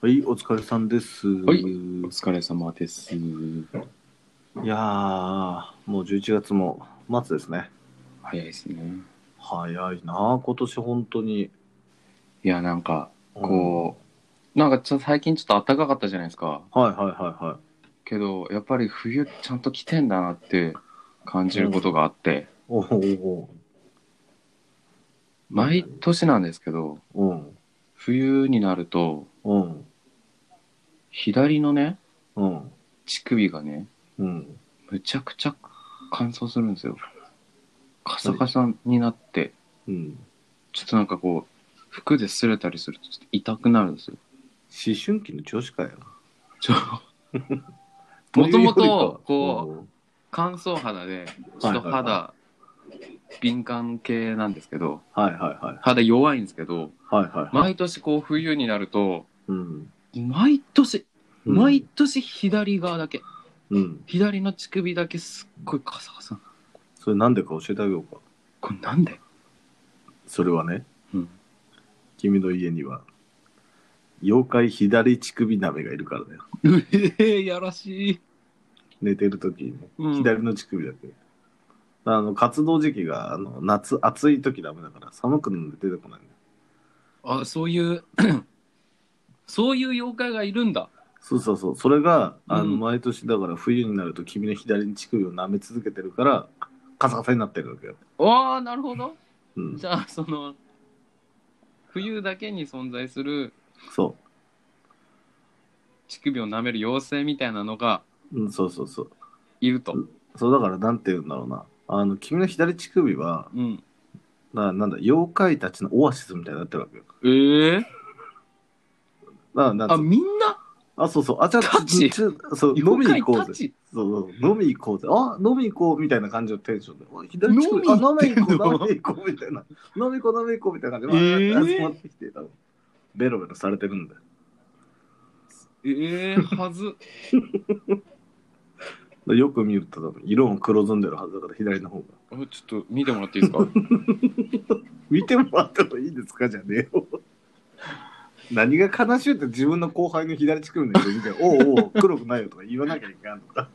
はい、お疲れさんです。はいおい疲れ様です。やー、もう11月も末ですね。早いですね。早いなあ、今年本当に。いや、なんか、こう、なんかちょ最近ちょっと暖かかったじゃないですか。うん。はいはいはいはけど、やっぱり冬ちゃんと来てんだなって感じることがあって、い。おお毎年なんですけど、おうん。冬になると、うん。左のね、うん。乳首がね、うん。むちゃくちゃ乾燥するんですよ。カサカサになって、うん。ちょっとなんかこう、服で擦れたりするとちょっと痛くなるんですよ。思春期の調子かよ。ちょもと もというより、とかこう、乾燥肌でちょっはいとはい肌敏感系なんですけどうんはいはいはい。肌弱いんですけどはいはいはい。毎年こう冬になるとうん。毎年うん毎。年左側だけうん。左の乳首だけすっごいカサカサそれなんでか教えてあげようか。これなんで、それはね、うん、君の家には、妖怪左乳首鍋がいるからだよ。う えやらしい、寝てる時にね。うん、左の乳首だけ。あの活動時期があの夏暑い時ダメだから寒くなって出てこないんだよあそういう そういう妖怪がいるんだそうそうそうそれがあの、うん毎年だから冬になると君の左の乳首を舐め続けてるからカサカサになってるわけよ、ああなるほどうん、じゃあその冬だけに存在するそ乳首を舐める妖精みたいなのがう、うん、そうそうそういると。そうだからなんて言うんだろうなあの君の左乳首はうん。ななんだ妖怪たちのオアシスみたいになってるわけよええななんつあ、うみんなあそうそうあじゃあタチちょそう飲みに行こう妖怪たぜちそうそう、飲み行こうぜ。あ、飲み行こうみたいな感じのテンションで。おい左乳首あ、飲飲みみ行行ってんのこう、飲み行こうみたいな。飲み行こう、飲み行こうみたいな感じで、えーわーって集まってきて、多分ベロベロされてるんだよ。ええはず。 よく見ると、多分色も黒ずんでるはずだから、左の方が。おちょっと見てもらっていい ですか見てもらってもいいですかじゃねえよ。何が悲しいって自分の後輩の左乳首の色見て、おうおう、黒くないよとか言わなきゃいかんとか。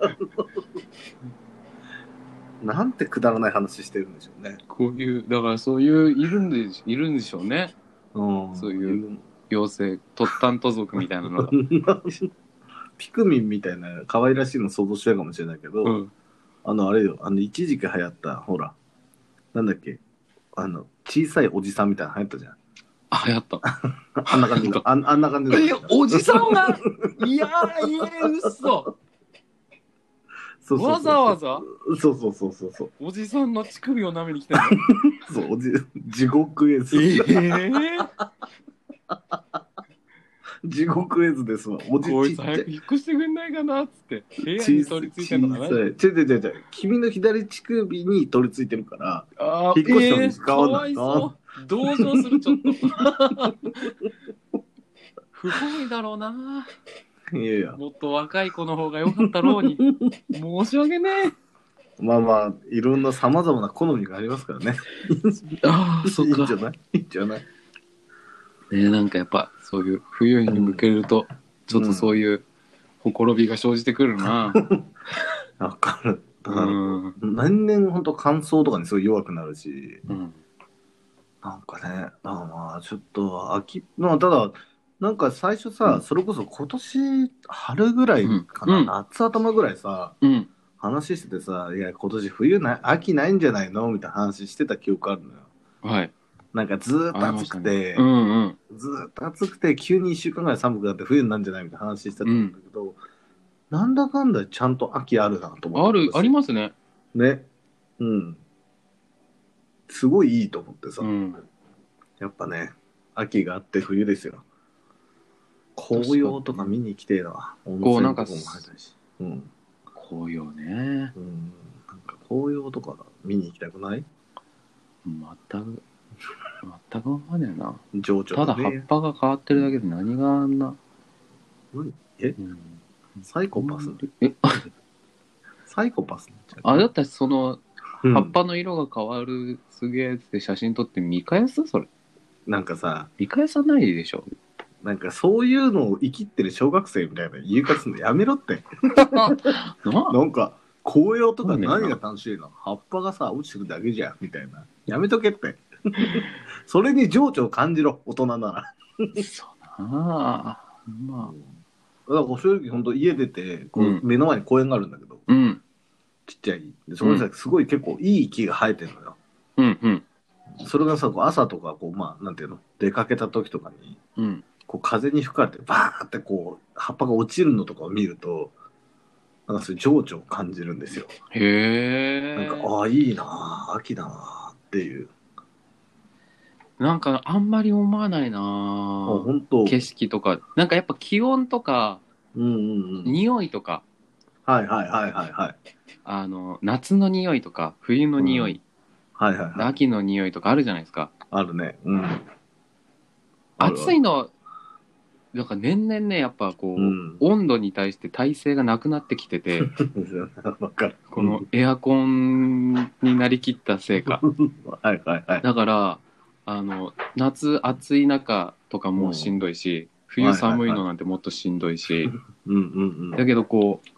なんてくだらない話してるんでしょうね。こういう、だからそういう、いるんでしいるんでしょうね。うんそういう妖精、突端都族みたいなのが。 ピクミンみたいな可愛らしいの想像してるかもしれないけど、 うん。あのあれよあの一時期流行ったほらなんだっけあの小さいおじさんみたいなの流行ったじゃんあ、やった。あんな感じだあんあんな感じだえ、おじさんが いやー、いえ、嘘そうそうそうわざわざそうそうそうそうそうおじさんの乳首を舐めに来たのそうおじ地獄絵図、ええ地獄絵図ですわおじ こちっいつちゃ早くい引っ越してくんないかなっつって、部屋小にさ取いり付いてんのかな小さいちょいちょいちょいちょい君の左乳首に取り付いてるからあー引っ越したのに使わないえーかわいそう同情するちょっ と不本意だろうないやいやもっと若い子の方が良かったろうに申し訳ねまあまあいろんなさまざまな好みがありますからねえああそっいいん かじゃねないいいんじゃないえなんかやっぱそういう冬に向けるとちょっとそういうほころびが生じてくるな、わかる。だうから、ん年々本当乾燥とかにすごい弱くなるし、うん、なんかね、だからまあちょっと秋、まあただ、なんか最初さ、うんそれこそ今年春ぐらいかな、うん夏頭ぐらいさ、うん、話しててさ、いや、今年冬ない、秋ないんじゃないのみたいな話してた記憶あるのよ。はいなんかずーっとありま暑したくねて、うんうんずーっと暑くて、急に1週間ぐらい寒くなって冬になるんじゃないみたいな話してたんだけど、なんだかんだちゃんと秋あるなと思っあて。るありますねね。うん。すごいいいと思ってさ、うんやっぱね、秋があって冬ですよ。紅葉とか見に来てえな。こうなん温か泉とも入ってるし。うん。紅葉ねうん。なんか紅葉とか見に行きたくない全く全くわかんねえな情緒ただが葉っね。ぱが変わってるだけで何があんな。何えうんサイコパスえサイコパスになっちゃうあだってそのうん葉っぱの色が変わるすげえって写真撮って見返すそれなんかさ、見返さないでしょ。なんかそういうのを生きってる小学生みたいな言い方するのやめろって。な なんか紅葉とか何が楽しいの葉っぱがさ落ちてくだけじゃんみたいな。やめとけって。 それに情緒を感じろ、大人なら。ああまあだから正直本当家出てこう、うん目の前に公園があるんだけど、うんちっちゃい。でそこにさ、すごい結構いい木が生えてるのよ。うんうんそれがさ、こう朝とかこう、まあ、なんていうの、出かけた時とかに、うんこう風に吹かれてバーってこう葉っぱが落ちるのとかを見るとなんかそういう情緒を感じるんですよ。へえなんかああいいなあ秋だなあっていう。なんかあんまり思わないなあぁ本当。景色とかなんかやっぱ気温とかうんうんうん。匂いとかはいはいはいはいはい。あの夏の匂いとか冬の匂い、はいはいはい。秋の匂いとかあるじゃないですかあるね。うん。暑い。いのなんか年々ねやっぱこう、うん。温度に対して耐性がなくなってきて て わかる。このエアコンになりきったせいかはいはいはい。だからあの夏暑い中とかもうしんどいし、冬寒いのなんてもっとしんどいし、うんうんうん。はいだけどこう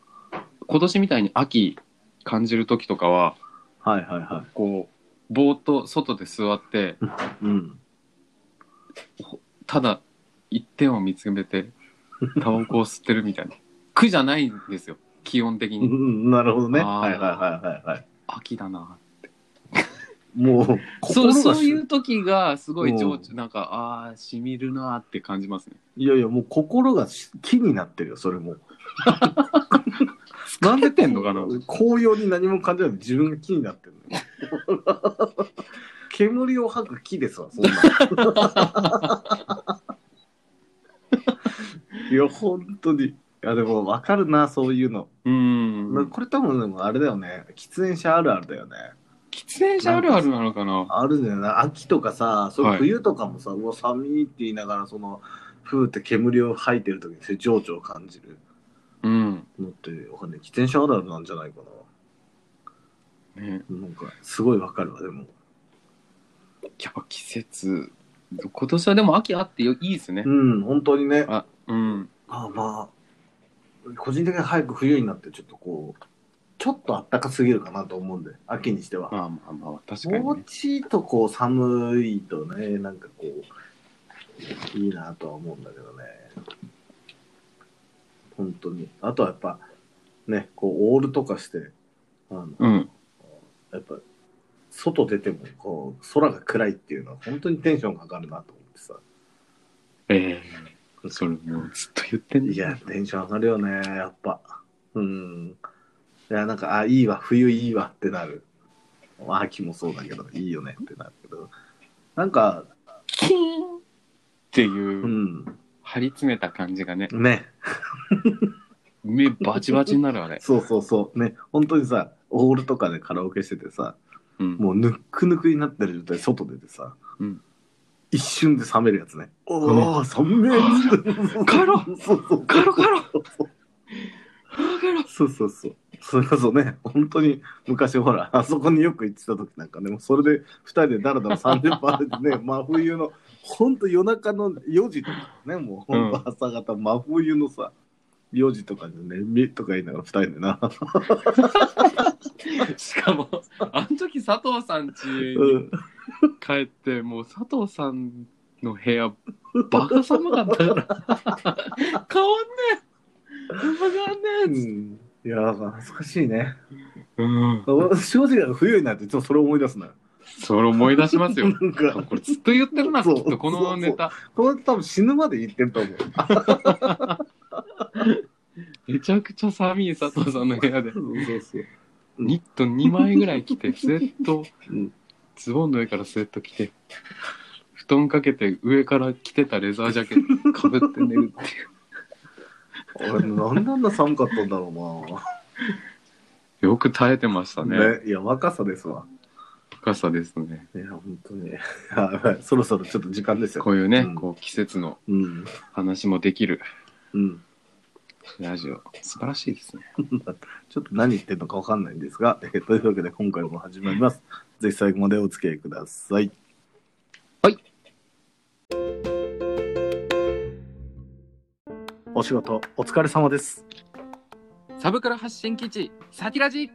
今年みたいに秋感じる時とかははいはこうぼーっと外で座ってい。うん。ただ一点を見つめてタバコを吸ってるみたいな苦じゃないんですよ気温的うにんなるほどね。あーはいはいはいはいはい。秋だなもう、そう心そがういう時がすごい情う緒なんかああしみるなーって感じますねいやいや、もう心が木になってるよ、それもう。なんでてんの かな紅葉に何も感じない自分が木になってるのよ 煙を吐く木ですわ、そんな の。いや、本当に。いや、でも分かるな、そういうの。うーんこれ多分、でもあれだよね。喫煙者あるあるだよね。喫煙者あるあるなのかなあるんだよな。秋とかさ、そはうい冬とかもさ、うわ、寒いって言いながら、その、ふーって煙を吐いてる時にそういう情緒を感じるうん、のって、わかんない。喫煙者あるあるなんじゃないかな。ね、なんか、すごいわかるわ、でも。やっぱ季節今年はでも秋あってよいいですねうん、本当にね。あうんまあまあ、個人的に早く冬になって、ちょっとこう、ちょっとあったかすぎるかなと思うんで、秋にしては。まあまあまあ確かにもねうちょっとこう、寒いとね、なんかこう、いいなとは思うんだけどね。本当に。あとはやっぱ、ね、こう、オールとかして、あの、うんやっぱ、外出ても、こう、空が暗いっていうのは、本当にテンションが上がるなと思ってさ。ええそれもうずっと言ってんねいや、テンション上がるよね、やっぱ。うん。いや、なんか、あ、いいわ、冬いいわってなる。まあ秋もそうだけど、いいよねってなるけど。なんか、キーンっていう、うん、張り詰めた感じがねね、目バチバチになるあれそうそうそう、ね、本当にさ、オールとかでカラオケしててさ、うんもうぬっくぬくになってる状態、外出てさ、うん一瞬で冷めるやつね。おお、寒 め帰ろうそうそう帰ろう帰ろう帰ろうそうそうそう。それこそね、本当に昔ほら、あそこによく行ってた時なんかね、もうそれで2人でだらだら30分歩いてね、 真冬の、本当夜中の4時とかね、もううん本当朝方、真冬のさ、4時とかでね、みとか言いながら2人でな、 しかもあの時佐藤さん家うにん帰ってもう佐藤さんの部屋バカ寒かったから 変わんねえ変わうんねん、いや、懐かしいね。えうん正直、冬になるといつもそれを思い出すのよ。それ思い出しますよなんか、これずっと言ってるなきそうっとこのネタこれ多分死ぬまで言ってると思う。めちゃくちゃ寒い佐藤さんの部屋でそうそうそう。ニット2枚ぐらい着て、スウェットうん、ズボンの上からスウェット着て、布団かけて上から着てたレザージャケットかぶって寝るってい俺、なんであんな寒かったんだろうな。う。よく耐えてましたね。ね、いや、若さですわ。深さですね。いや、本当に。はいそろそろちょっと時間ですよ。こういうね、うんこう季節のうん。話もできるうん。ラジオ。素晴らしいですね。ちょっと何言ってるのかわかんないんですが、えーというわけで今回も始まります。ぜひ最後までお付き合いください。はい。お仕事お疲れ様です。サブカル発信基地、サキラジ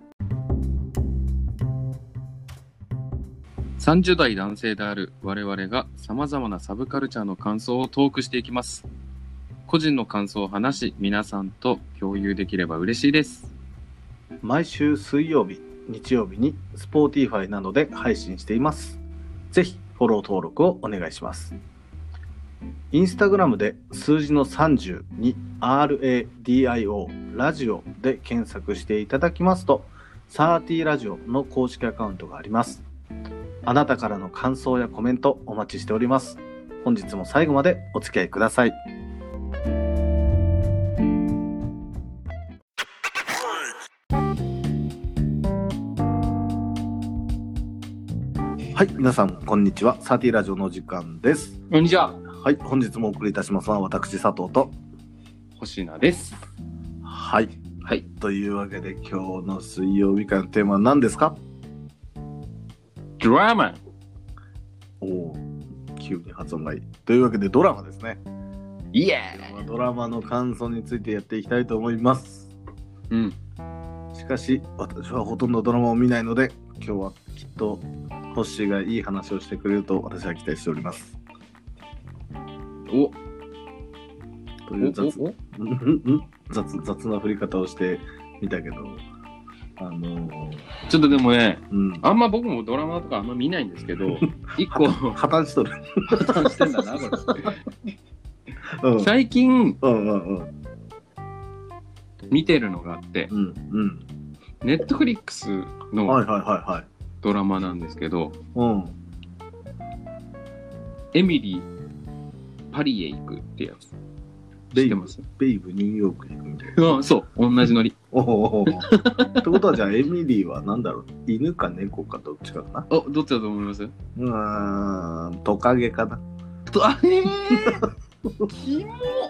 30代男性である我々が様々なサブカルチャーの感想をトークしていきます。個人の感想を話し、皆さんと共有できれば嬉しいです。毎週水曜日、日曜日に Spotify などで配信しています。ぜひフォロー登録をお願いします。インスタグラムで数字の30に RADIO ラジオで検索していただきますと、30ラジオの公式アカウントがあります。あなたからの感想やコメントお待ちしております。本日も最後までお付き合いください。はい、皆さん、こんにちは。サーティラジオのお時間です。こんにちは。はい、本日もお送りいたしますのは、私、佐藤と。星名です。はい。はい。というわけで、今日の水曜日会のテーマは何ですかドラマおお、急に発音がいい。というわけで、ドラマですね。イエドラマの感想についてやっていきたいと思います。ーうん。しかし、私はほとんどドラマを見ないので、今日はきっと、ホッシーがいい話をしてくれると私は期待しております。お、という雑お、お、うんうん雑雑な振り方をしてみたけど、あのー、ちょっとでもね、うん、あんま僕もドラマとかあんま見ないんですけど、一個 破破綻しとる。綻してんだな、これ。うん、うん最近うんうん見てるのがあって、うんネットフリックスうん。はのいはいはいはい。ドラマなんですけど、うん。エミリー、パリへ行くってやつ。知ってますベイブニューヨークに行くみたいな。うん、そう、同じノリ。おおおお。ってことはじゃあエミリーは何だろう犬か猫かどっちかかお、どっちだと思いますなうーん、トカゲかな。とあえー、キモ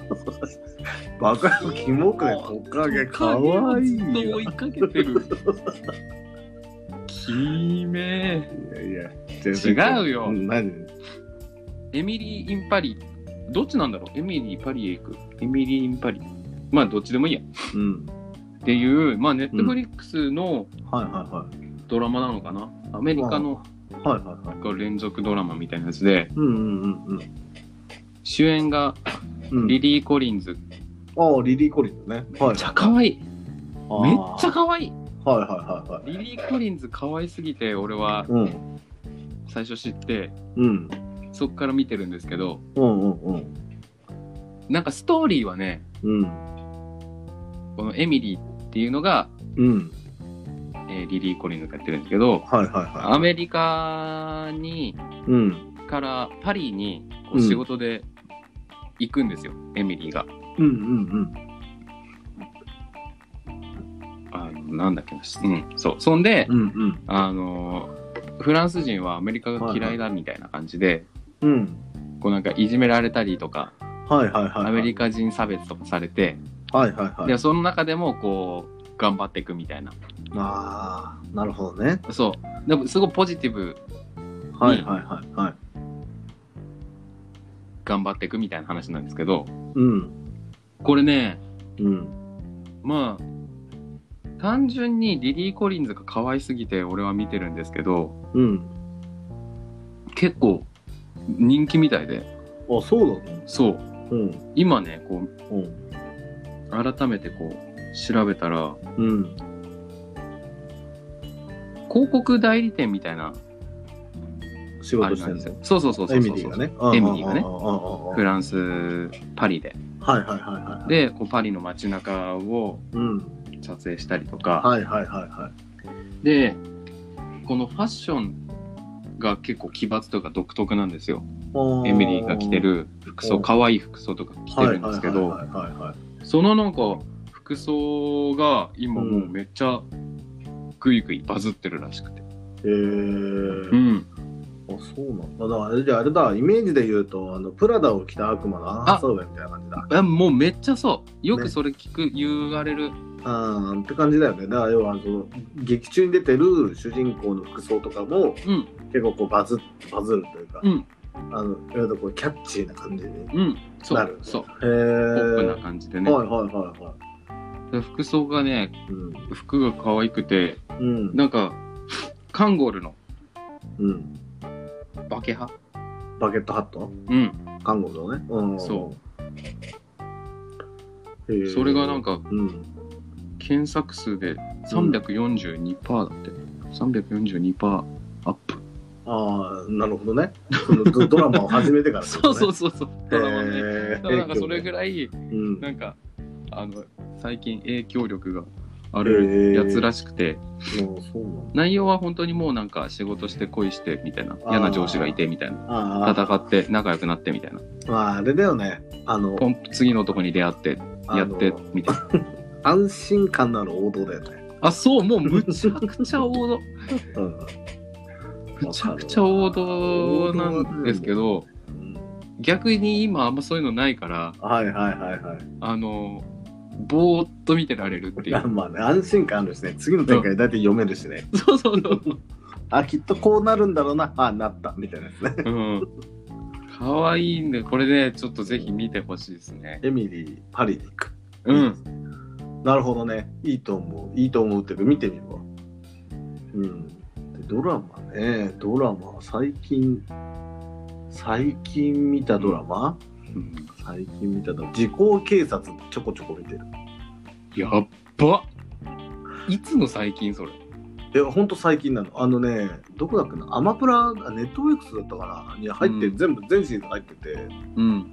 バカ野郎キモくね、トカゲかわいいずっと追よ。いかけてる。キメいやいや、全然違うよん何エミリー・イン・パリ。どっちなんだろうエミリー・パリへ行く。エミリー・イン・パリ。まあ、どっちでもいいや。うん。っていう、まあ、ネットフリックスのはいはドラマなのかな。アメリカのいはい。はいはいはい。連続ドラマみたいなやつで、うんうんうん主演がうん。リリー・コリンズ。ああ、リリー・コリンズね。はい、めっちゃ可愛い。あめっーちゃ可愛い。はいはいはいはい。リリー・コリンズ可愛すぎて、俺はうん。最初知って、うん。そっから見てるんですけど、うんうんうん。なんかストーリーはね、うん。このエミリーっていうのが、うん。えーリリー・コリンズがやってるんですけど、はいはいはアメリカにい。うん。からパリにこううん仕事で行くんですよ、エミリーが。うんうんあのなんだっけな、うん、そう。そんでうん。、うんうん。あのーフランス人はアメリカが嫌いだみたいな感じで、うん。こうなんかいじめられたりとか、はいはいはい。アメリカ人差別とかされて、カ。はいはいはい。でその中でもこう頑張っていくみたいな。ああ、なるほどね。そう。でもすごいポジティブはいはいはいはい。頑張っていくみたいな話なんですけど、うん。これね、うん。まあ、単純にリリー・コリンズが可愛すぎて俺は見てるんですけど、うん。結構人気みたいで、あ、そうだね。そう。うん。今ね、こう、うん。改めてこう、調べたら、うん。広告代理店みたいな、仕事あれしなてんるでんだすよ。そうそうそうそうエそミうリーがね。エミリーがねうんうんうんうフんランス、パリで。はいはいはいはい。で、こうパリの街中をうん。撮影したりとか、はいはいはいはい。で、このファッションが結構奇抜というか独特なんですよ。おーエミリーが着てる服装、うん可愛い服装とか着てるんですけど、はいはいはいはいはい。そのなんか服装が今もうめっちゃグイグイバズってるらしくて。えー。うん。あ、そうなんだ。だからあれじゃああれだ、イメージで言うと、あのプラダを着た悪魔のアンハサウェイみたいな感じだ。あもうめっちゃそう。よくそれ聞く、言われる。うん、って感じだよね。だから要はその劇中に出てる主人公の服装とかもうん。結構こうバズバズるというか、うん。あの、いわゆるこうキャッチーな感じに。へうん、そなるう、そう、え。ポップな感じでね。はいはいはいはで服装がね、い。うん。服が可愛くて、うん。なんか、カンゴルのうん。バケハバケットハットうん、韓国のね。うん。。そうへえそれがなん。か、うん。検索数で342%だって。342%アップ。ああ、なるほどね。そのドドラマを始めてからってそこう とそうね。そうそう。ドラマね。へえだからなんかそれぐらい、うん。なんか、あの、最近影響力があるやつらしくて、もうそうなんだ内容は本当にもうなんか仕事して恋してみたいな、ー嫌な上司がいてみたいな、ああ。戦って仲良くなってみたいな、まあ、あれだよね。あの、ポンプ次の男に出会ってやってあのみたいな。安心感のある王道だよね。あそう、もうむちゃくちゃ王道。うん。むちゃくちゃ王道なんですけど、うん逆に今あんまそういうのないから、はいはいはいはい。あの、ぼーっと見てられるってい う。まあね、安心感あるしね、次の展開大体読めるしね、そうそうそう。あ、きっとこうなるんだろうな、あ、なった、みたいなやつね。 うん。かわいいんで、これね、ちょっとぜひ見てほしいですね。エミリー、パリに行く。うん。なるほどね、いいと思う、いいと思うっていうか、見てみるわ。うん。でドラマね、ドラマ、最近、最近見たドラマ、最近見たドラマ、時効警察ちょこちょこ見てる。やっばいつの最近それ。いや、ほんと最近なの。あのね、どこだっけな、アマプラ、あネットフリックスだったかな、に入って、うん全部、全シーズン入ってて、うん。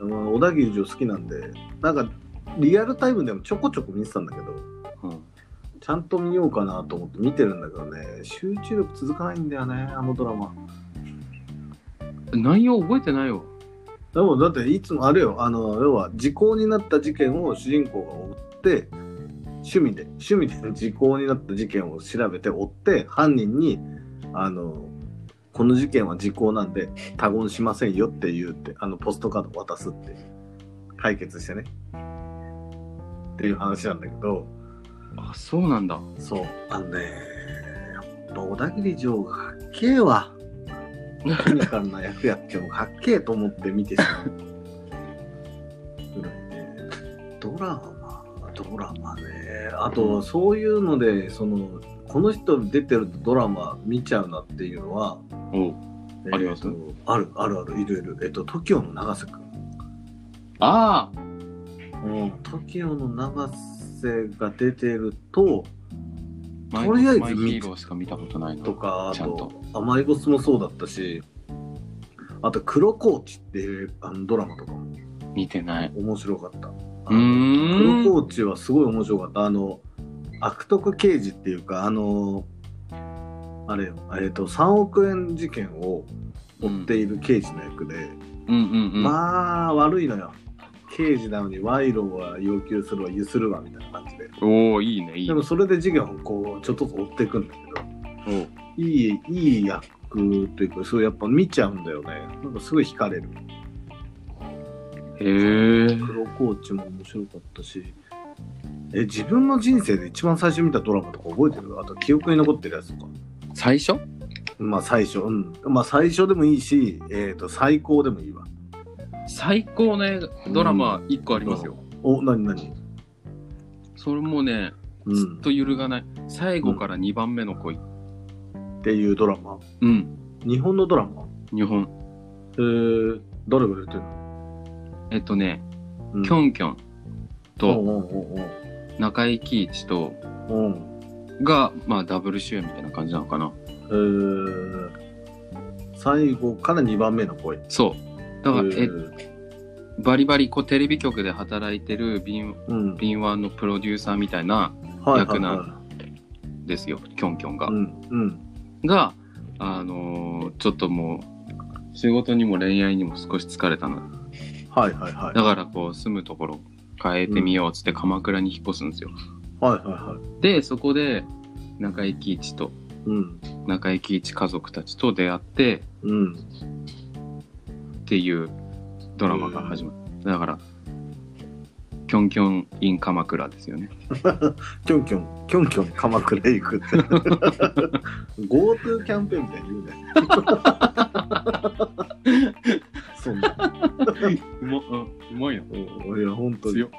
あの小田切城好きなんでなんかリアルタイムでもちょこちょこ見てたんだけどちゃんと見ようかなと思って見てるんだけどね集中力続かないんだよねあのドラマ内容覚えてないわ。でもだっていつもあれよあの要は時効になった事件を主人公が追って趣味で趣味で時効になった事件を調べて追って犯人にあのこの事件は時効なんで他言しませんよって言うってあのポストカード渡すっていう解決してねっていう話なんだけど、あ、そうなんだ。そう、あのね、やっぱ小田切城がかっけえ わ。コミカルな役やってもかっけえと思って見てしまう。ぐらいね。ドラマ、ドラマね。あと、そういうので、その、この人出てるとドラマ見ちゃうなっていうのは、おありますえーとある、あるある、いろいろ。えっと、TOKIO の永瀬くん。ああ TOKIO の永瀬が出てると、マイとりあえず見マイヒーローしか見たことないなとか、あちゃんとと、アマイゴスもそうだったし、あと、黒コーチっていうあのドラマとかも見てない。面白かった。うーん黒コーチはすごい面白かった。あの、悪徳刑事っていうか、あの、あれよ、えっ、と、3億円事件を追っている刑事の役で、うんうんうん。まあ、悪いのよ。刑事なのに賄賂は要求するわ、ゆするわ、みたいな感じで。おおいいね、いいでね。も、それで事件をこう、ちょっとずつ追っていくんだけど、おういい、いい役というか、そうやっぱ見ちゃうんだよね。なんかすごい惹かれる。へえ。黒コーチも面白かったし。え、自分の人生で一番最初見たドラマとか覚えてるあと記憶に残ってるやつとか。最初まあ最初、うん。まあ最初でもいいし、えっ、と、最高でもいいわ。最高の映画ドラマ1個ありますよ。お、なになにそれもね、うずん。っと揺るがない。最後から2番目の恋。っていうドラマ。うん、日本のドラマ日本。えー、誰が出てるのえっとね、うんキョンキョンうとんうんうん中井貴一とうん。うん。が、まあ、ダブル主演みたいな感じなのかな。えー、最後から2番目の声。そう。だから、ええバリバリこうテレビ局で働いてる敏うん。敏腕のプロデューサーみたいなはいは役いなはんいですよ、キョンキョンが。うんうんが、あのーちょっともう、仕事にも恋愛にも少し疲れたの。はいはいはいだからこう、住むところ変えてみようっつって鎌倉に引っ越すんですよ。はいはいはいで、そこで、中井貴一と、うん中井貴一家族たちと出会って、っうんていうドラマが始まる。だから、キョンキョンイン鎌倉ですよね。キョンキョン、キョンキョン鎌倉へ行くって。GoTo キャンペーンみたいに言うね。そんな。うま、うん、うまいな。うんいや、本当に。強っ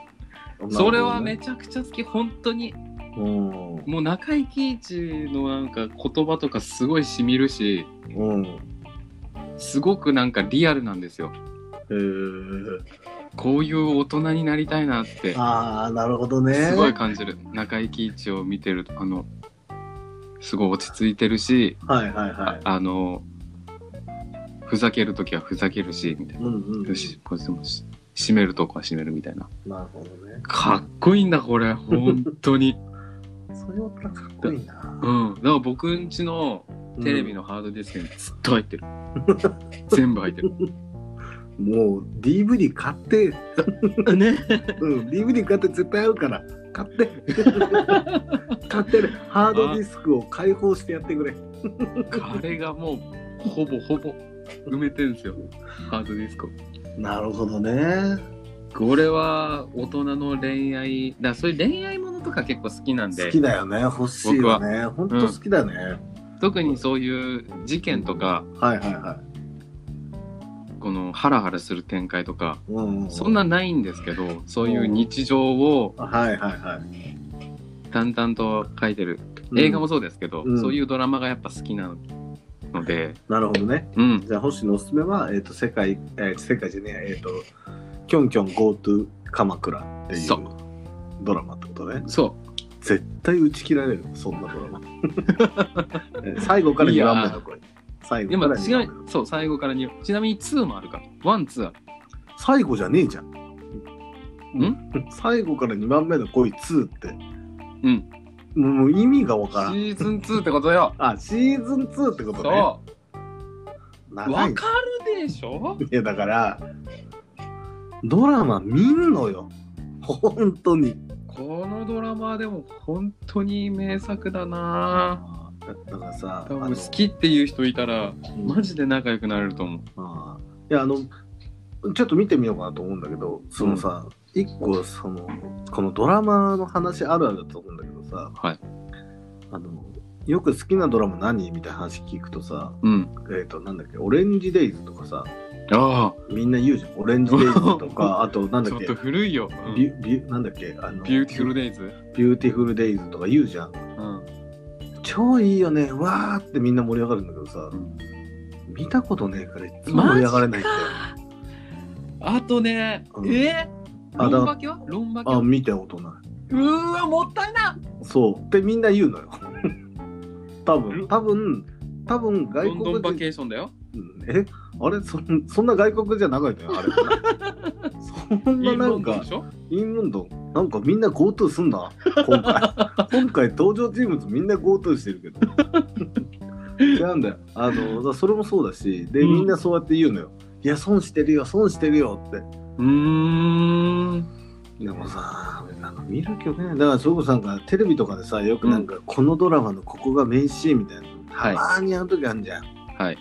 それはめちゃくちゃ好き。本当に。うん。もう中井貴一のなんか言葉とかすごい染みるし、うん。すごくなんかリアルなんですよ。えー、こういう大人になりたいなって、ああ、なるほどね。すごい感じる。中井貴一を見てると、あの、すごい落ち着いてるし、はいはいはあい。あの、ふざけるときはふざけるし、みたいな。うんうん。よし、これでもし、締めるとこは締めるみたいな。なるほどね。かっこいいんだ、これ。本当に。それはかっこいいな。うん。だから僕んちのテレビのハードディスクにずっと入ってる。全部入ってる。うん。もう DVD 買って、ね。うん、DVD 買って絶対合うから、買 って。買ってね、ハードディスクを開放してやってくれ。彼がもう、ほぼほぼ埋めてるんですよ。ハードディスクを。なるほどね。これは大人の恋愛だそういう恋愛ものとか結構好きなん好できだよね。欲しいよね。本当好きだね。特にそういう事件とかはいはいはい。このハラハラする展開とかうん、そんなないんですけどそういう日常をはいはいはい。淡々と書いてる映画うもんそうですけど、うんそういうドラマがやっぱ好きなのでなるほどね。うんじゃあ星のおすすめは、えっと世界、えー世界じゃねえや、えっ、と、キョンキョン GoTo 鎌倉っていうそうドラマってことね。そ絶対打ち切られる、そんなドラマ。 え最後から2番目だ、これ。最うで後かもら違2う番目だ。そう最後からにちなみに2もあるから12ある最後じゃねえじゃん。ん最後から2番目の恋2って、うんもうもう意味がわシからん。ーズン2ってことよあ、シーズン2ってことね。そう長わいかるでしょいやだからドラマ見んのよ本当にこのドラマでも本当に名作だなだだからさ多あ分の好きっていう人いたらうんマジで仲良くなれると思うあーいやあのちょっと見てみようかなと思うんだけどそのさ、一個そのこのドラマの話あるあるだと思うんだけどさはいあのよく好きなドラマ何みたいな話聞くとさ、うんえっ、と、なんだっけ、オレンジデイズとかさ、あみんな言うじゃん。オレンジデイズと か、あと、なあんちだょっっけと、古いよ、ビュビュなんだっけ、あの、ビューティフルデイズ、ビューティフルデイズとか言うじゃん。うん、超いいよねわーってみんな盛り上がるんだけどさ見たことねえからいつも盛り上がれないんだよあとね、うんえあだロンバケはロンバケあは見たことなうーわもったいないそうってみんな言う のよ多う分ん多分多分外ロンドンバ国人ケーションだようんえあれそんそんな外国じゃなかった よあれそんなインなロンんドンかでしょインロンドンなんかみんな GoTo すんな今 回今回登場人物みんな GoTo してるけど違うんだよあのだからそれもそうだしでうんみんなそうやって言うのよ、いや損してるよ損してるよってうーんでもさなんか見るけどねだからそこさんがテレビとかでさよくなんか、このドラマのここが名シーンみたいなのはいたまにある時あるじゃんはい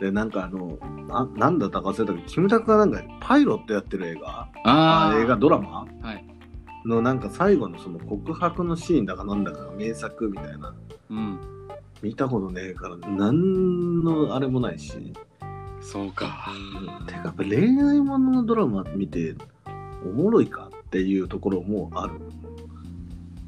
でなんかあのななんだったか忘れたけどキムタクがなんかパイロットやってる映画ああー映画ドラマはいのなんか最後のその告白のシーンだかなんだかが名作みたいなうん見たことねえから何のあれもないし、そうかてかやっぱ恋愛もののドラマ見ておもろいかっていうところもある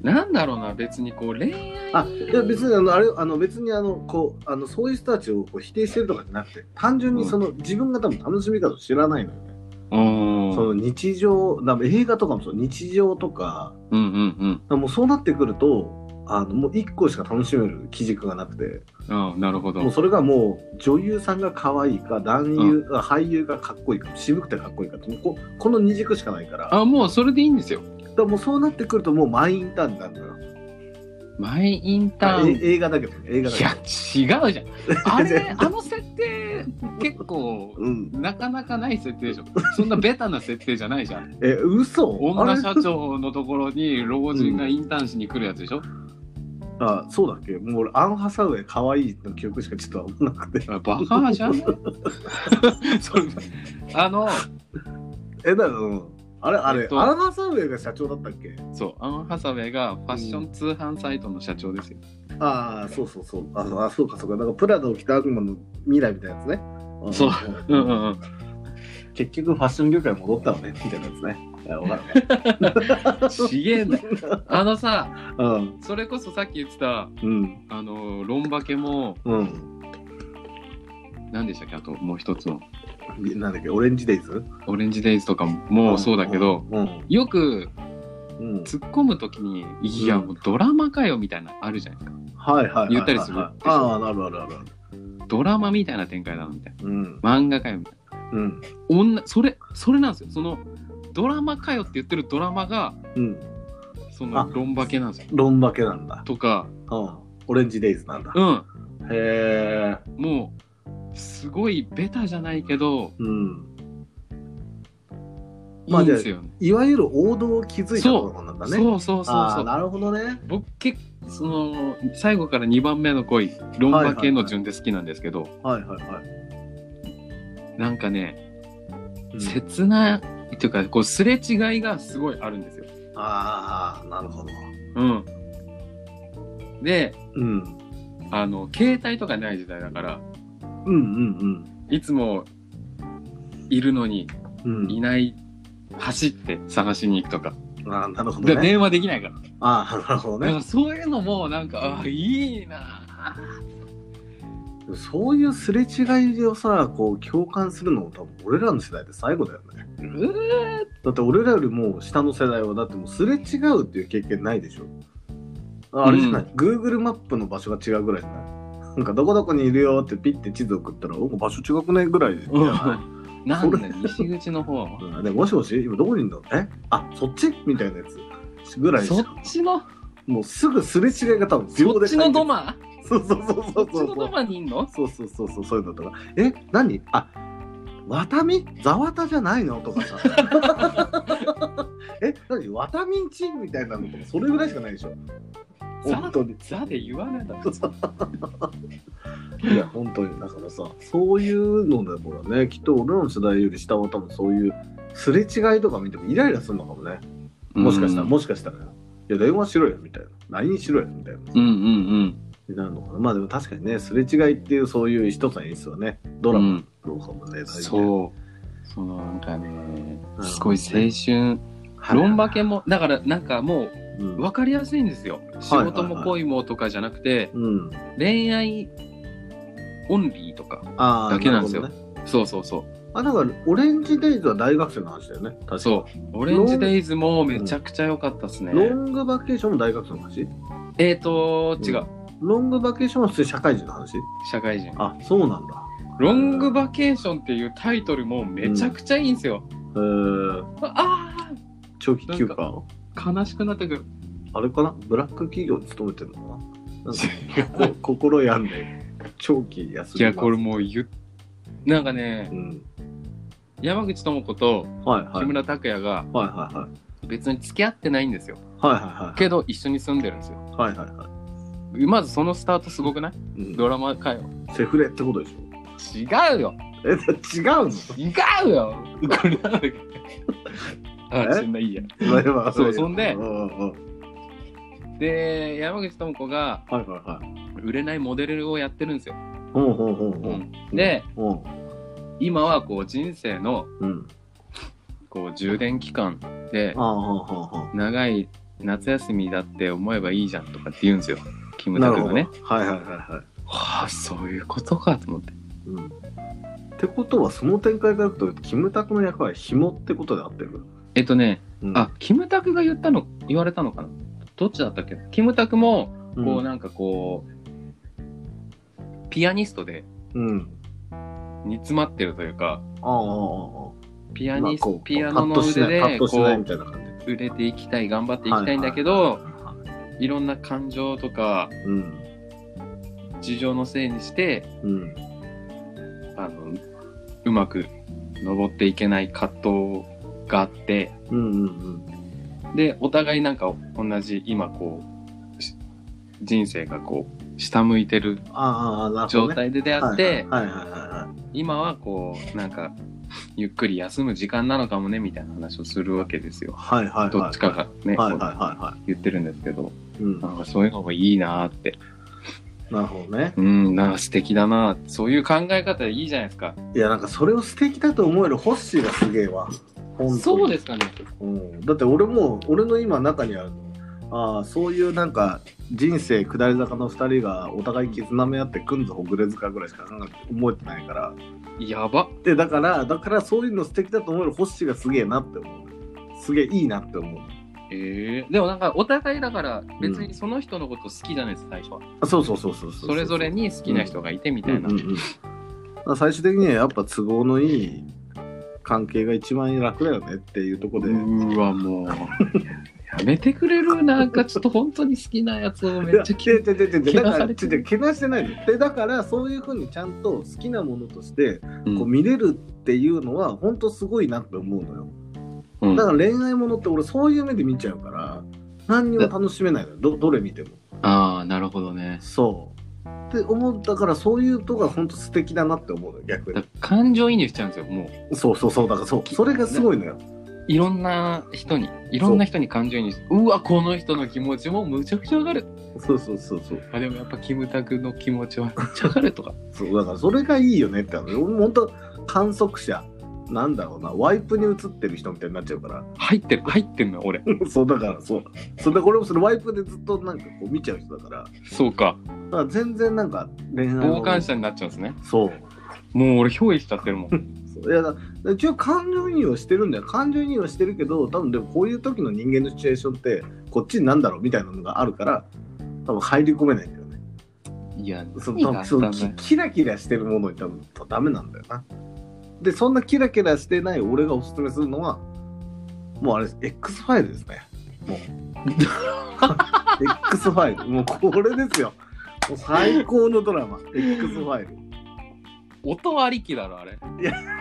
なんだろうな別にこう恋愛あいや別にあのあれあの別にあのこうあのそういう人たちをこう否定してるとかじゃなくて単純にその、自分が多分楽しみ方を知らないのよね、うーんその日常だから映画とかもそう日常とかうんうんうんもうそうなってくるとあのもう1個しか楽しめる基軸がなくてああなるほもうど。それがもう女優さんが可愛いか男優、あ俳優がかっこいいか渋くてかっこいいかってもうここの二軸しかないからだかあもうそれでいいんですよ。らもうそうなってくるともうマイインターンになるのよマイインターン。え映画だけどね映画だいけどや違うじゃん。あれあの設定結構うんなかなかない設定でしょ。そんなベタな設定じゃないじゃん。え嘘あ女れ社長のところに老人がインターンしに来るやつでしょ。あそうだっけもう俺アン・ハサウェイ可愛いの記憶しかちょっとあんまなくて あバカじゃん。それあのえだからうんあれ、あれ、えっとアラナ・サウェイが社長だったっけそう、アン・ハサウェイがファッション通販サイトの社長ですよ。ああ、そうそうそう。あのあ、そうかそうか。なんかプラダを着た悪魔の未来みたいなやつね。んそう。ううんんううんんううんん、結局ファッション業界戻ったのね、みたいなやつね。いやわかるちげえな。あのさ、わ。うん。それこそさっき言ってた、うん。あの、ロンバケも、うん。何でしたっけあともう一つの。なんだっけ、オレンジデイズオレンジデイズとかもそうだけど、。うん。よくうん。突っ込むときに、いや、うんもうドラマかよみたいな、あるじゃないですか。はいはいはいはい。言ったりするああ、なるあるあるある。ドラマみたいな展開だな、みたいうん。な。漫画かよ、みたいな。うん。女、それ、それなんですよ。その、ドラマかよって言ってるドラマが、うん。そあの、ロンバケなんですよ。ロンバケなんだ。とか、うん。オレンジデイズなんだ。うん、へえ。もう、すごいベタじゃないけど、うん。いいんですよね。いわゆる王道を築いたところなんだね。そうそうそうあそあ、う。なるほどね。僕結構その最後から2番目の恋ロンバ系の順で好きなんですけど、はいはいはい。なんかね、うん切ないっていうかこうすれ違いがすごいあるんですよ。ああ、なるほど。うん、でうん。あの携帯とかない時代だからうんうんいつもいるのにうん。ういん。ない走って探しに行くとか、ああ、なるほでどね。電話できないから、ああ、なるほどだかね。らそういうのもなんかあいいなそういうすれ違いをさ、こう共感するの多分俺らの世代で最後だよね。うーだって俺らよりも下の世代はだってもうすれ違うっていう経験ないでしょ。ああれじゃない、?Google マップの場所が違うぐらいじゃないなんかどこどこにいるよってピッて地図送ったら、お場所違くないぐらいで。うんなんだよ西口の方はうんで、もしもし今どこにいるのえあ、そっちみたいなやつ。ぐらいしそっかちのもうすぐすれ違いが多分そっちのドママそうそうそうそそうっちそうのドマにいんのそうそうそうそうそういうのとかえ何あワタミザワタじゃないのとかさ え何ワタミンチみたいなのとかそれぐらいしかないでしょ本当にザで言わないだろいや本当にだからさそういうのだからねきっと俺らの世代より下は多分そういうすれ違いとか見てもイライラするのかもねもしかしたらもしかしたらいや電話しろよみたいな LINE しろよみたいなうんうんになるのかなまあでも確かにねすれ違いっていうそういう一つの演出はねドうんラうマんの方もね、大事そうそのなんかねうんすごい青春はい論化けもだからなんかもうんう分かりやすいんですよ仕事も恋もとかじゃなくてうん、恋愛オンリーとかあーだけなんですよるほどねそうそうそうあだからオレンジデイズは大学生の話だよね確かそうオレンジデイズもめちゃくちゃ良かったっすねロングバケーションも大学生の話えーと違うロングバケーションは普通に社会人の話社会人あそうなんだロングバケーションっていうタイトルもめちゃくちゃいいんですよえー、ああ長期休暇悲しくなってくる。あれかなブラック企業に勤めてるのかななんかこ 心病んで長期休みますいや、これもう言っなんかねう、ん山口智子とはいはい木村拓哉がはいはいはい別に付き合ってないんですよ。はいはけど、一緒に住んでるんですよ。いはいはいはいはまずそのスタートすごくないい、うんドラマかよ。セフレってことでしょ違うよえ違うの違うよこれなんだっけ あ、そんないいや。そうそんでうんうんうんで、山口智子がはいはいはい。売れないモデルをやってるんですよ。ほうほうほうほう。で、うん今はこう人生のうん。こう充電期間であ、あ、はあ、は長い夏休みだって思えばいいじゃんとかって言うんですよ。キあ。ムなタるクほがどねね。。はいはいはいははあ、そういうことかと思って。い。うん。ってことは、その展開からいくと、キムタクの役は紐ってことで合ってる。えっとね、うん、あ、キムタクが言ったの、言われたのかなどっちだったっけキムタクも、うん、こうなんかこう、ピアニストでうん。煮詰まってるというか、ああ、ああ、あピあ。アまあニスこトう、ピアノパッのとしな腕いパッで、としこないみう、たいな感じ。売れていきたい、頑張っていきたいんだけはどい、はいはいはいろんな感情とか、いうん。事情のせいにして、うん。あの、うまく登っていけない葛藤があって、うんうんで、お互いなんか同じ今こう、し人生がこう、下向いてるうん。ああ、なるほど、状ね。態で出会って、はいはいはいはいはい。今はこう、なんか、ゆっくり休む時間なのかもねみたいな話をするわけですよ。はいはいはい。どっちかがね、はいこはいうは言ってるんですけど、い。うん。なんかそういうのがいいなーって、なるほどね。うん、なんか素敵だなーってそういう考え方いいじゃないですか。いや、なんかそれを素敵だと思えるホッシーがすげえわ。そうす、ですかね。うん。だって俺も、俺の今中にあるの。ああそういうなんか人生下り坂の2人がお互い絆め合ってくんぞほぐれずかぐらいしかなんか思えてないからやば。でだからだからそういうの素敵だと思えるホッシーがすげえなって思うすげえいいなって思うえー、でもなんかお互いだから別にその人のこと好きじゃないですか、最初は。あそうそうそうそうそうそれぞれに好きな人がいてみみたいな。最終的にはやっぱ都合のいい関係が一番楽だよねっていうところで、うわもうやめてくれるなんかちょっと本当に好きなやつをめっちゃ聞いででででだけなかさられちてょるちょけなしてないのでだからそういうふうにちゃんと好きなものとしてこう見れるっていうのは本当すごいなって思うのようんだから恋愛ものって俺そういう目で見ちゃうから何にも楽しめないのよどどれ見てもああなるほどねそうって思ったからそういうとこが本当素敵だなって思うのよ逆だにから感情移入しちゃうんですよもうそうそうそうだからそうそれがすごいのよいろんな人にいろんな人に感情移入してうわこの人の気持ちもむちゃくちゃ上がるそうそうそうそうあでもやっぱキムタクの気持ちはめっちゃ上がるとかそうだからそれがいいよねって話俺も本当観測者なんだろうなワイプに映ってる人みたいになっちゃうから 入ってる入ってんのよ俺そうだからそうそれで俺もそれワイプでずっとなんかこう見ちゃう人だからだそうかから全然なんか恋愛の傍観者になっちゃうんですねそうもう俺憑依しちゃってるもんそういやだから一応感情移入はしてるんだよ感情移入はしてるけど多分でもこういう時の人間のシチュエーションってこっちになんだろうみたいなのがあるから多分入り込めないんだよねいやその多何が分あっそたんだのよキキラキラしてるものに多分ダメなんだよな。でそんなキラキラしてない俺がおすすめするのはもうあれです X ファイルですね。もう X ファイルもうこれですよ。もう最高のドラマ X ファイ音ありきだろあれ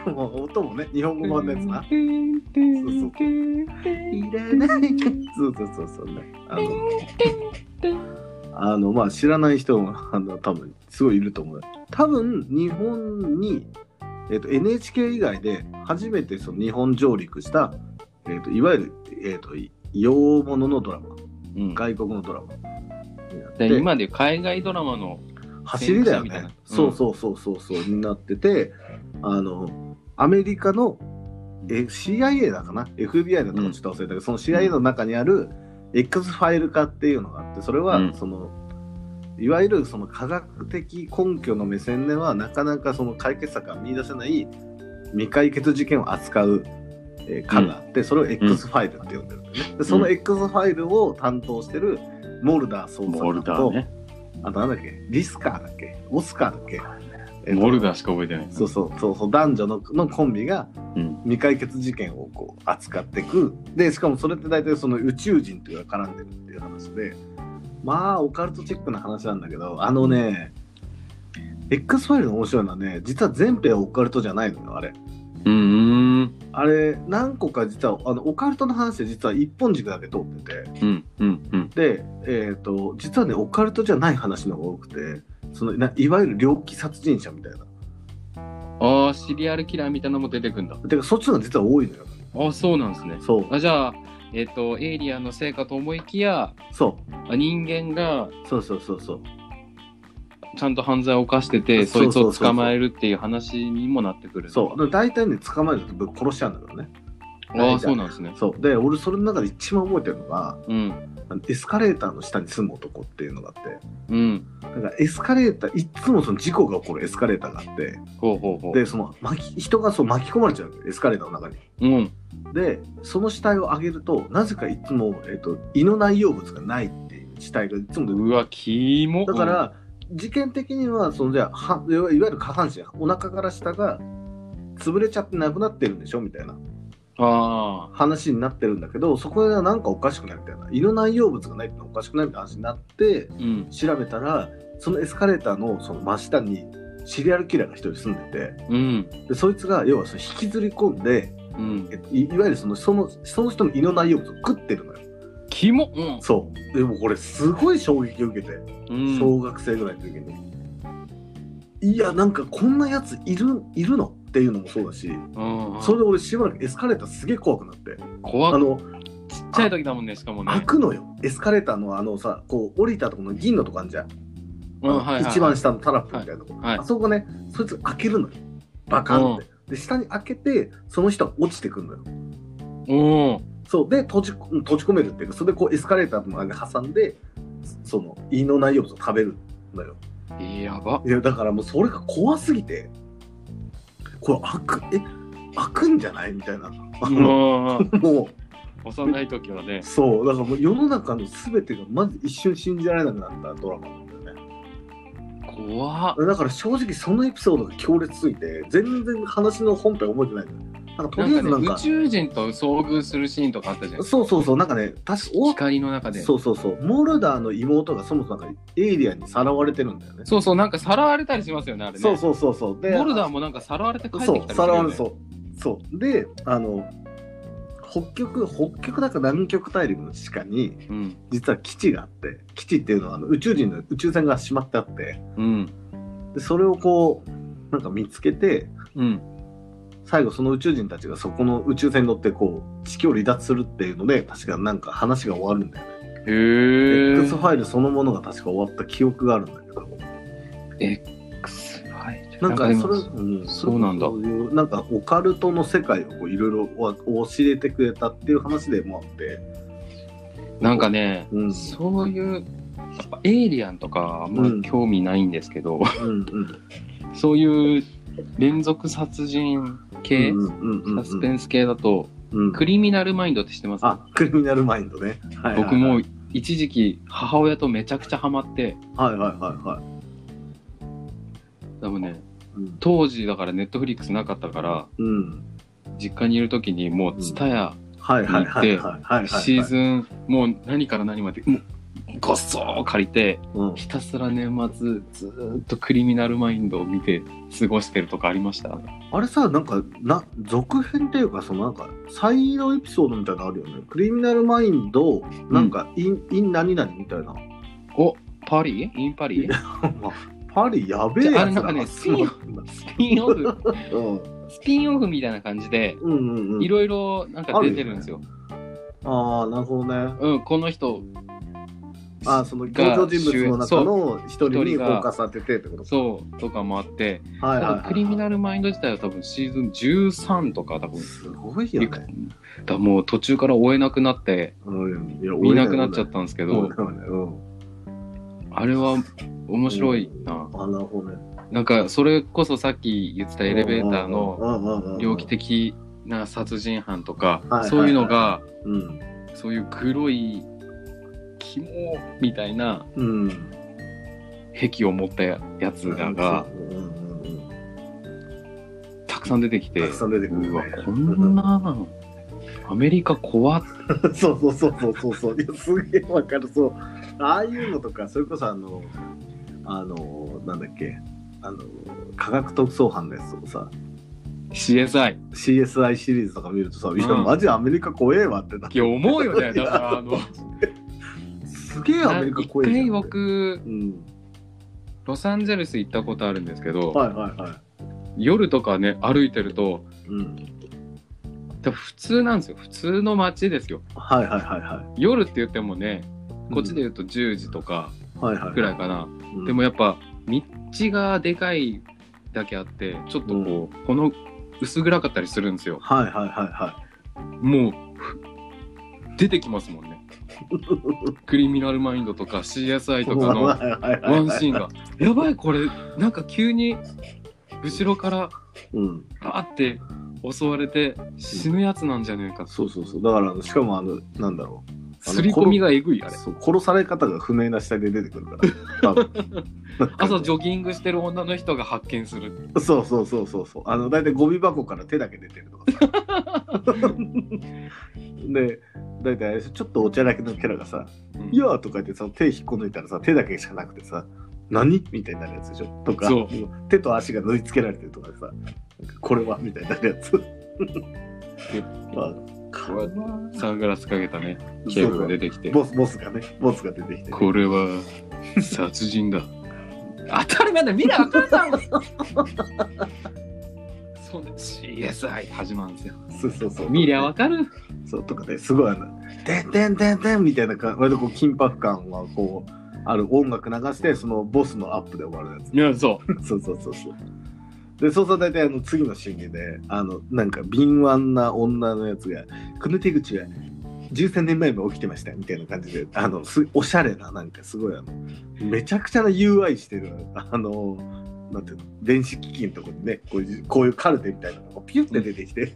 ル。もう音もね日本語版のやつな。いらない そうそうそうそうね。あ のあのまあ知らない人もあの多分すごいいると思うよ。多分日本に、えっと NHK 以外で初めてその日本上陸した、えっといわゆる、えっとい洋物のドラマうん外国のドラマになってで今でいう海外ドラマの走りだよ先駆者みたいねなうん。そうそうそうそうそうになっててあのアメリカのえ CIA だかな FBI だったかちょっと忘れたけど、その CIA の中にある X ファイル化っていうのがあってそれうはんその、いわゆるその科学的根拠の目線ではなかなかその解決策が見出せない未解決事件を扱う、えー科があって、それを X ファイルって呼んでるんだよね。でその X ファイルを担当してるモルダー捜モル査ダ官ーと、ねあとなんだっけリスカーだっけオスカーだっけえっとモルダーしか覚えてないそうそうそうそう男女ののコンビがうん未解決事件をこう扱っていくでしかもそれって大体その宇宙人というのが絡んでるっていう話でまあオカルトチックな話なんだけどあのね X ファイルの面白いのはね実は全編オカルトじゃないのよあれうーんあれ何個か実はあのオカルトの話で実は一本軸だけ通っててうんうんうんで、えー、と実はねオカルトじゃない話の方が多くてそのないわゆる猟奇殺人者みたいなああシリアルキラーみたいなのも出てくんだてかそっちの方が実は多いのよああそうなんですねそうあじゃあえっ、とエイリアンのせいかと思いきやそあ人間がうそうそうそうそうちゃんと犯罪を犯しててそそういそうつそうそをう捕まえるっていう話にもなってくるそうだから大体ね捕まえるとぶっ殺しちゃうんだけどねああそうなんですねそうで俺それの中で一番覚えてるのがうんあのエスカレーターの下に住む男っていうのがあってうんだからエスカレーターいっつもその事故が起こるエスカレーターがあってほうほうほうでその巻き人がそう巻き込まれちゃうエスカレーターの中にうんでその死体を上げるとなぜかいつも、えっと胃の内容物がないっていう死体がいつも出てくるうわキモだから、事件的にはそのじゃあはいわゆる下半身お腹から下が潰れちゃってなくなってるんでしょみたいなうんああ話になってるんだけどそこでなんかおかしくないみたいな胃の内容物がないってのはおかしくないみたいな話になってうん調べたらそのエスカレーターのその真下にシリアルキラーが一人住んでうんてでそいつが要はその引きずり込んで、うんえっといいわゆるそのそのその人の胃の内容物を食ってるのよキモうんそうでもこれすごい衝撃を受けて。うん小学生ぐらいの時に、いやなんかこんなやついるいるのっていうのもそうだし、うんうんそれで俺しばらくエスカレーターすげえ怖くなって、あ怖っの、ちっちゃい時だもんねしかもね開くのよ。エスカレーターのあのさ、こう降りたところの銀のとこあんじゃん。うんはいはいはい一番下のタラップみたいなとこ。はいあそこね、そいつ開けるのよ。バカンって。で、下に開けて、その人が落ちてくるのよ。おーそう。で、閉じ、閉じ込めるっていうか、それでこうエスカレーターの間に挟んで、その、胃の内容物を食べるのよ。えーやば いやだからもうそれが怖すぎてこれ開くえ開くんじゃないみたいなあうのんも幼い時はねうそうだからもう世の中の全てがまず一瞬信じられなくなったドラマなんだよね怖っだから正直そのエピソードが強烈すぎて全然話の本編覚えてないのよなんかとなりあえんずかなんねか宇宙人と遭遇するシーンとかあったじゃんそうそうそうなんかね確か光の中でそうそうそうモルダーの妹がそもそもなんかエイリアンにさらわれてるんだよねそうそうなんかさらわれたりしますよねあれねそうそうそうそうでモルダーもなんかさらわれて帰ってきたそりすう、るさらわよれねそう。そう。で、あの、北極、北極だか南極大陸の地下に、うん実は基地があって、基地っていうのはあの宇宙人の宇宙船がしまってあって、うんで、それをこう、なんか見つけて、うん最後その宇宙人たちがそこの宇宙船に乗ってこう、地球を離脱するっていうので、確かなんか話が終わるんだよね。へえ X ファイルそのものが確か終わった記憶があるんだけど、 X ファイルなんかでもそれ、うんそうなんだそいうなんかオカルトの世界をこういろいろお教えてくれたっていう話でもあって、なんかね、うんそういうやっぱエイリアンとかあんまり興味ないんですけど、うんうんそういう連続殺人系、うんうんうんうんサスペンス系だと、うんクリミナルマインドって知ってます、あクリミナルマインドね。はいはいはい僕も一時期母親とめちゃくちゃハマってはいはいはいは多分ねい。うん当時だからネットフリックスなかったからうん。実家にいる時にもうツタヤはいはいはいはいはいはい。シーズンもう何から何までもうごっそー借りてうん。ひたすら年末ずーっとクリミナルマインドを見て過ごしてるとかありましたあれさなんかな続編っていうかそのなんか再のエピソードみたいなのあるよね。クリミナルマインドなんかイン、イン何々みたいな。おパリインパリパリやべえやつじゃああれなんかね集まってんだスピン オフうんスピンオフみたいな感じでうんうんうんいろいろなんか出てるんですよああなるほどね。うん、この人、あーその登場人物の中の一人そうに一人フがォーカス当ててってことそう、とかもあって、はいはいはい多分はい。クリミナルマインド自体は多分シーズン13とか多分、すごいよいくね。だからもう途中から追えなくなって、うん、いや見なくなっちゃったたんですけけど、うん、あれは面白いな。あなるほどね。なんか、それこそさっき言ってたエレベーターのの猟奇。的な殺人犯とかはいはいは、いそういうのが、うん。そういう黒い、キモーみたいなうん。癖を持ったやつらがうんうんうん、たくさん出てきたてく、さん出てくる、うわね。、こんな、アメリカ怖っそうそうそうそうそうそう。いやすげえわかる。そう。ああいうのとか、それこそあの、あの、なんだっけ、あの、科学特捜班のやつとかさ、 CSI。 CSI シリーズとか見るとさ、いや、うんマジアメリカ怖えわってな。いや、思うよね。だから、あの、すげえアメリカ一怖えじゃん回、僕、うん。ロサンゼルス行ったことあるんですけど、はいはいは夜とかね、歩いてると、い。うん。多分普通なんですよ。普通の街ですよ。はいはいはいは夜って言ってもね、い。こっちで言うと10時とかはいはい、くらいかな。うんでもやっぱ、道がでかいだけあって、ちょっとこう、この薄暗かったりするんですよ。はいはいはいはもう、ふ出てきますもん ね。クリミナルマインドとか CSI い。とかの。はいはいはいはいワンシーンが。やばい、これ、なんか急に、後ろから、うん。バーって襲われて、死ぬやつなんじゃねえか。そうそうそう。だからあの、しかもあの、なんだろ。、すり込みがえぐいうあれ。そう殺され方が不明な死体で出てくるから。多 分朝ジョギングしてる女の人が発見する。そうそうそうそうそう。あの、大体ゴミ箱から手だけ出てるとかさ。 で、大体あれでしょちょっとおちゃらけのキャラがさ、うんいやーとか言ってさ、手引っこ抜いたらさ、手だけしかなくてさ、何みたいになるやつでしょとかそう、手と足が縫い付けられてるとかでさ、なんかこれはみたいになるやつ。あかわいいサングラスかけたね、警そう部そがう出てきて。ボス、ボスがね、ボスが出てきて。これは、殺人だ。当たり前だ、見なあかんだろ。そう CSI 始まるんですよ。そうそうそう。見りゃわかる。そうとかですごいあの、てんてんてんてんみたいなか、割とこう緊迫感はこう、ある音楽流して、そのボスのアップで終わるやつ。いや、そ そうそうそうそう。で、そうすると大体あの次のシーンで、あの、なんか敏腕な女のやつが、この手口は13年前も起きてましたみたいな感じで、あの、すおしゃれな、なんかすごいあの、めちゃくちゃな UI してる、あの、なんていうの、電子機器のとこにね、こういうこういうカルテみたいなのがピュって出てきて、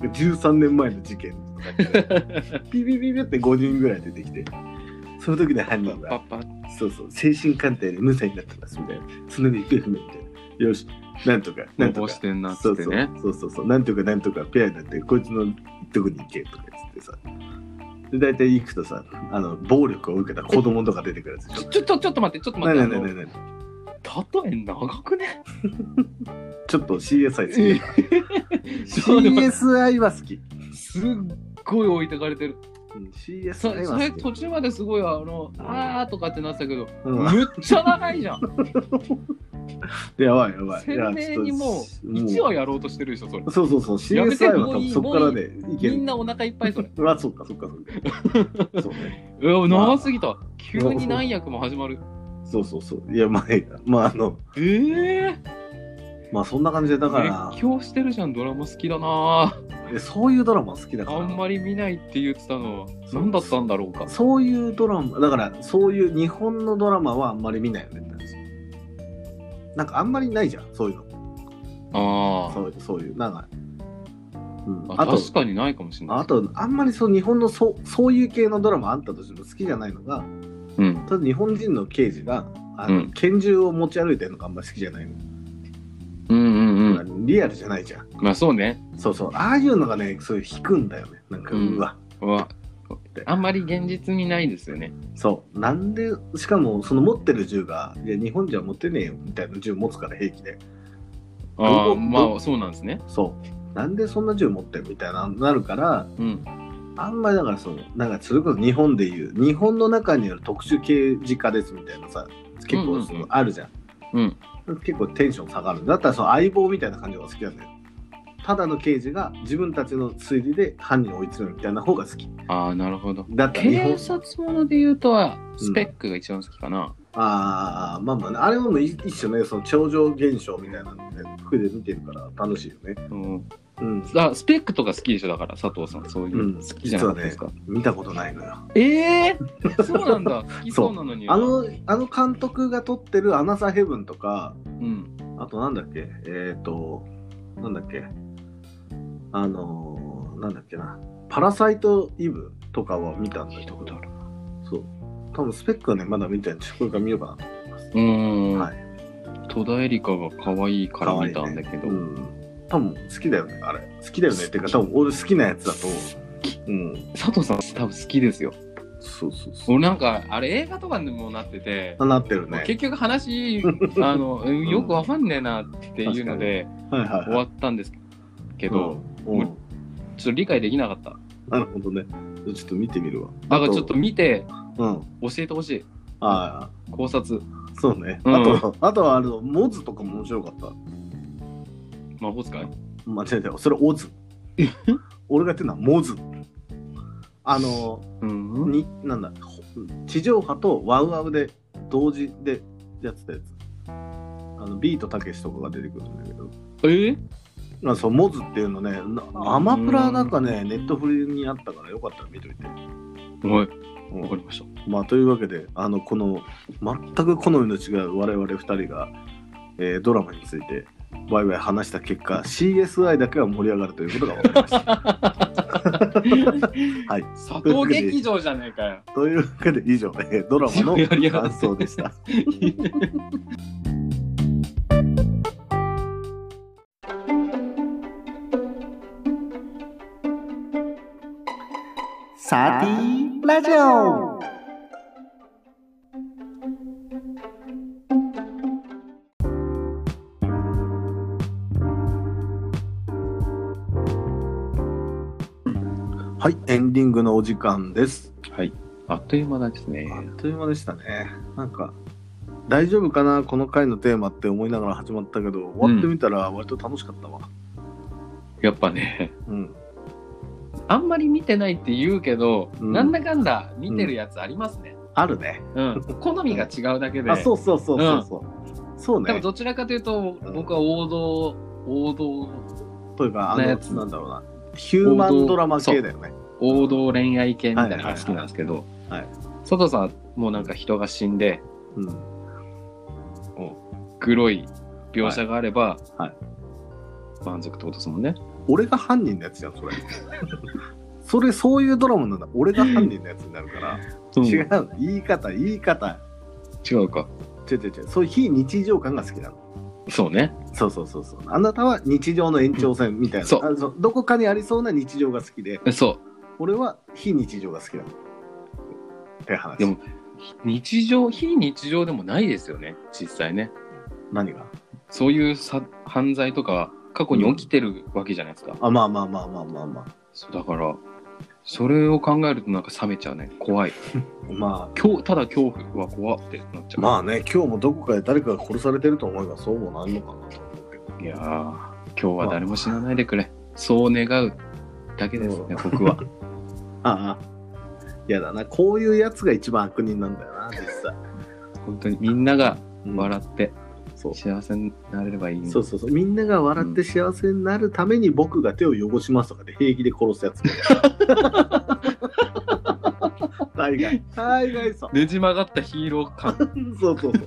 13年前の事件とかって、う。ピピピピって5人ぐらい出てきて、その時で犯人がパ、パそうそう、精神鑑定で無罪になってますみたいな。常に行方不明みたいな。よし、なんとか、なんとこうか。してんなっそつっうてそうね。そうそうそう、なんとかなんとかペアになって、こいつのとこに行けとか言ってさ。で、大体行くとさ、あの、暴力を受けた子供とか出てくるやつでしちょ、ちょっと、ちょっと待って、ちょっとょ。な 待いって。なあいないなの例いない。え長くね。ちょっと CSI 好きだから。CSI は好き。すっごい置いてかれてる。うんそ CSI そはれ好き。途中まですごいあの、あーとかってなってたけど、うんむっちゃ長いじゃん。やばいやばい。いや鮮明にもう、ちょ1っと話やろうとしてるでしょ、それ。そうそうそう、やめて CSI は多もうい分いそこからね、いけみるん。なお腹いっぱいそれ。あ、そっかそっかそっ か。そうね。うわ長すぎた。急に何役も始まる。そうそうそう。いや、まあ、まあ、あの、ええまあ、そんな感じで、だから熱、狂してるじゃん、ドラマ好きだな。えそういうドラマ好きだから。あんまり見ないって言ってたのは、そう何だったんだろうか。そういうドラマ、だから、そういう日本のドラマはあんまり見ないよねって話。なんか、あんまりないじゃん、そういうの。あそういう、そういう、なんか。うん、ーああ。と、確かにないかもしれない。あと、あんまりそう、日本のそう、そういう系のドラマあったとしても好きじゃないのが、うん。ただ日本人の刑事が、あの、うん拳銃を持ち歩いてるのがあんまり好きじゃないの。うんうんうん。リアルじゃないじゃん。まあそうね。そうそう。ああいうのがね、そういう引くんだよね。なんか、うんうわ。うわあんまり現実にないですよね。そうなんでしかもその持ってる銃がいや日本じゃ持てねえよみたいな銃持つから平気であどあ、こまあそうなんですね。そうなんでそんな銃持ってるみたいななるからうん。あんまりだからそのなんかそれこそ日本でいう日本の中にある特殊刑事課ですみたいなさ結うんうんう構んそのあるじゃん,、うん。結構テンション下がるだったらその相棒みたいな感じが好きなんだよただの刑事が自分たちの推理で犯人を追い詰めるみたいな方が好きああ、なるほど。だったら日本警察もので言うとは、スペックが一番好きかな。ああまあまあね、あれはもうい一種ねその超常現象みたいなので服で見てるから楽しいよねうん。うんあスペックとか好きでしょ、だから佐藤さん、そういううんの好きじゃないですか。見たことないのよええー、 そうなんだ。好きそうなのに。あ、のあの監督が撮ってる「アナザーヘブン」とかうん。あとなんだっけえっ、ー、となんだっけあのー、なんだっけな「パラサイト・イブ」とかは見たんだけどある。そう多分スペックはねまだ見てないんでこれから見ようかなとうーん、はい戸田恵梨香が可愛いから見たんだけど、うん多分好きだよねあれ好きだよねっていうか多分俺好きなやつだとうん佐藤さん多分好きですよ。そうそうそう。俺なんかあれ映画とかにもなってて、なってるね。結局 話あのうんよくわかんねえなっていうのではいはい、はい。終わったんですけど、うん、うんちょっと理解できなかった。なるほどね。ちょっと見てみるわ。だからちょっと、見てうん。教えてほしいああ、考察そうね。うんあと、あとはあの、モズとかも面白かった。魔法使い。間違えたよ。それ、オズ。俺が言ってるのはモズ。あの、うん。に、なんだ、ほ地上波とワウワウで、同時でやってたやつ。あの、ビートたけしとかが出てくるんだけど。えー、まあ、そう、モズっていうのね、なアマプラなんかね、ネットフリにあったからよかったら見といて。はい、うんわかりました。まあ、というわけであのこの全く好みの違う我々2人が、えードラマについてワイワイ話した結果 CSI だけは盛り上がるということが分かりました。 はい、佐藤劇場じゃねえかよ。というわけで以上、えードラマのやりやがって感想でした。サティラジオはい、エンディングのお時間です。あっという間ですね。あっという間でしたね。なんか大丈夫かなこの回のテーマって思いながら始まったけど終わってみたら割と楽しかったわ。やっぱね、うん。あんまり見てないって言うけど、うんなんだかんだ見てるやつありますね。あるね。うん。好みが違うだけ で。あ、そうそうそうそうそう。そう多分ね。どちらかというと、僕は王道、王道、というか、あなの、やつなんだろうな。ヒューマンドラマ系だよね。王道恋愛系みたいなのが好きなんですけどいはいはい、佐藤さんはもうなんか人が死んで、うん。黒い描写があれば、はいは満足ってことですもんね。俺が犯人のやつじゃん、そ れ。それ、そういうドラマなんだ。俺が犯人のやつになるから。違違うの。言い方、言い方。うか。違う違う違う。そういう非日常感が好きなの。そうね。そうそうそうそう。あなたは日常の延長線みたいな。そうあのどこかにありそうな日常が好きで、そ俺は非日常が好きなの。って話。でもう。日常、非日常でもないですよね、実際ね。何がそういうさ犯罪とか、過去に起きてるわけじゃないですか。あ、まあまあまあまあまあまあ。そうだから、それを考えるとなんか冷めちゃうね。怖い。ま恐ただ恐怖は怖ってなっあ、ちゃう。まあね、今日もどこかで誰かが殺されてると思えばそうもなんのかなと思うけど。いやー、今日は誰も死なないでくれ。そう願うだけですね、僕 は。ああ。やだな。こういうやつが一番悪人なんだよな、実際。本当にみんながうん笑ってそう幸せになれればいいそうそうそう。みんなが笑って幸せになるために僕が手を汚しますとかで平気で殺す やつ。大概。大概そう。ねじ曲がったヒーロー感そうそうそう。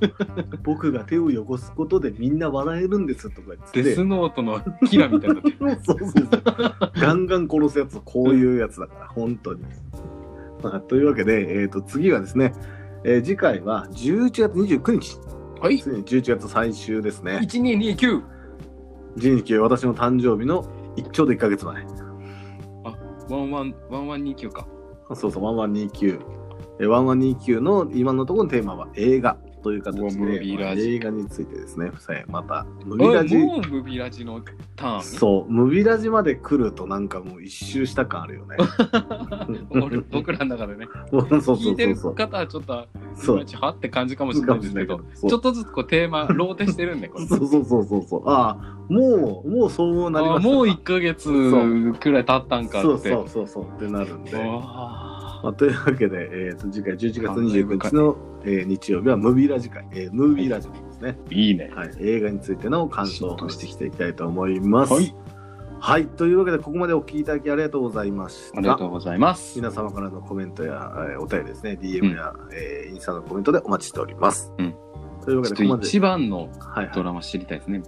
僕が手を汚すことでみんな笑えるんですとか言って。デスノートのキラみたいに なってるそうそうそう。ガンガン殺すやつ、こういうやつだから、本当に。まあ、というわけで、えー、と次はですね、えー次回は11月29日、はいついに11月最終ですね。 1229人生私の誕生日の一丁で1ヶ月前。ワンワンワンワン29かそうそう、1129。えー1129の今のところのテーマは映画という形で、うわムービーまあラジ映画についてですね、夫妻また、ムビおラいジ、もうムビラジのターンそう、ムビラジまで来るとなんかもう一周した感あるよね。 俺僕らの中でねそうそうそうそう。聞いてる方はちょっとそういまいちはって感じかもしれないですけどそうちょっとずつこうテーマローテしてるんでこれ そうそうそうそうそう。ああ、もう、もうそうなりまあしたかもう1ヶ月くらい経ったんかってそうそうそうそうってなるんで。わまあ、というわけで、えー、と次回11月29日の、えー日曜日はムービーラジ会、えームービーラジオですね、ーいいねはい。映画についての感想を話していきたいと思います。はい。はい、というわけで、ここまでお聞きいただきありがとうございました。ありがとうございます皆様からのコメントや、えーお便りですね、DM や、えーインスタのコメントでお待ちしております。うんというわけちで、ょことっこまで。一番のはいはいドラマ知りたいですね。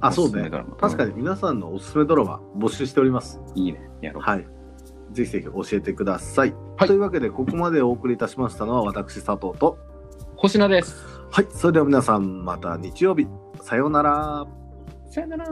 あ、そおうすすめねドラマ。確かに皆さんのおすすめドラマ募集しております。いいね。やろう。はい。ぜひぜひ教えてください。はいというわけで、ここまでお送りいたしましたのは私、佐藤と。星名です。はい。それでは皆さん、また日曜日。さようなら。さよなら。